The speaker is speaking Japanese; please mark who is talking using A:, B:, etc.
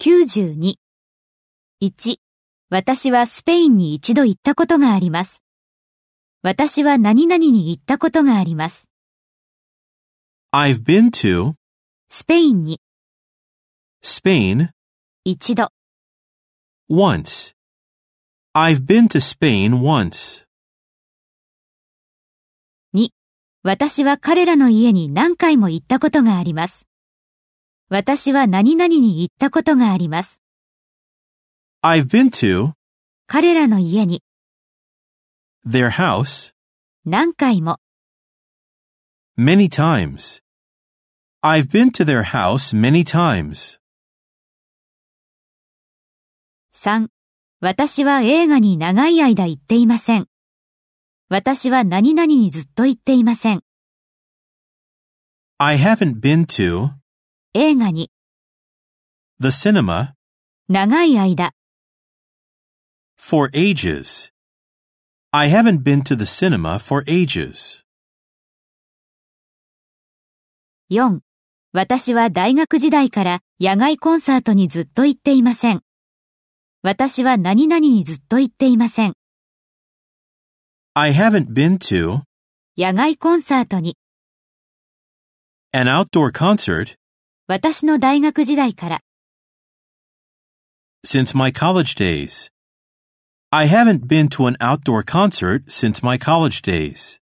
A: 92。1、私はスペインに一度行ったことがあります。私は何々に行ったことがあります。
B: I've been to
A: スペインに
B: Spain
A: 一度、
B: once. I've been to Spain once.
A: 私は彼らの家に何回も行ったことがあります。私は何々に行ったことがあります。
B: I've been to
A: 彼らの家に
B: their house
A: 何回も
B: many times. I've been to their house many times.
A: 3. 私は映画に長い間行っていません。私は何々にずっと行っていません。
B: I haven't been to
A: 映画に
B: the cinema
A: 長い間
B: for ages. I haven't been to the cinema for ages.
A: 4. 私は大学時代から野外コンサートにずっと行っていません。私は何々にずっと行っていません。
B: I haven't been to
A: 野外コンサートに
B: an outdoor concert
A: 私の大学時代から
B: since my college days. I haven't been to an outdoor concert since my college days.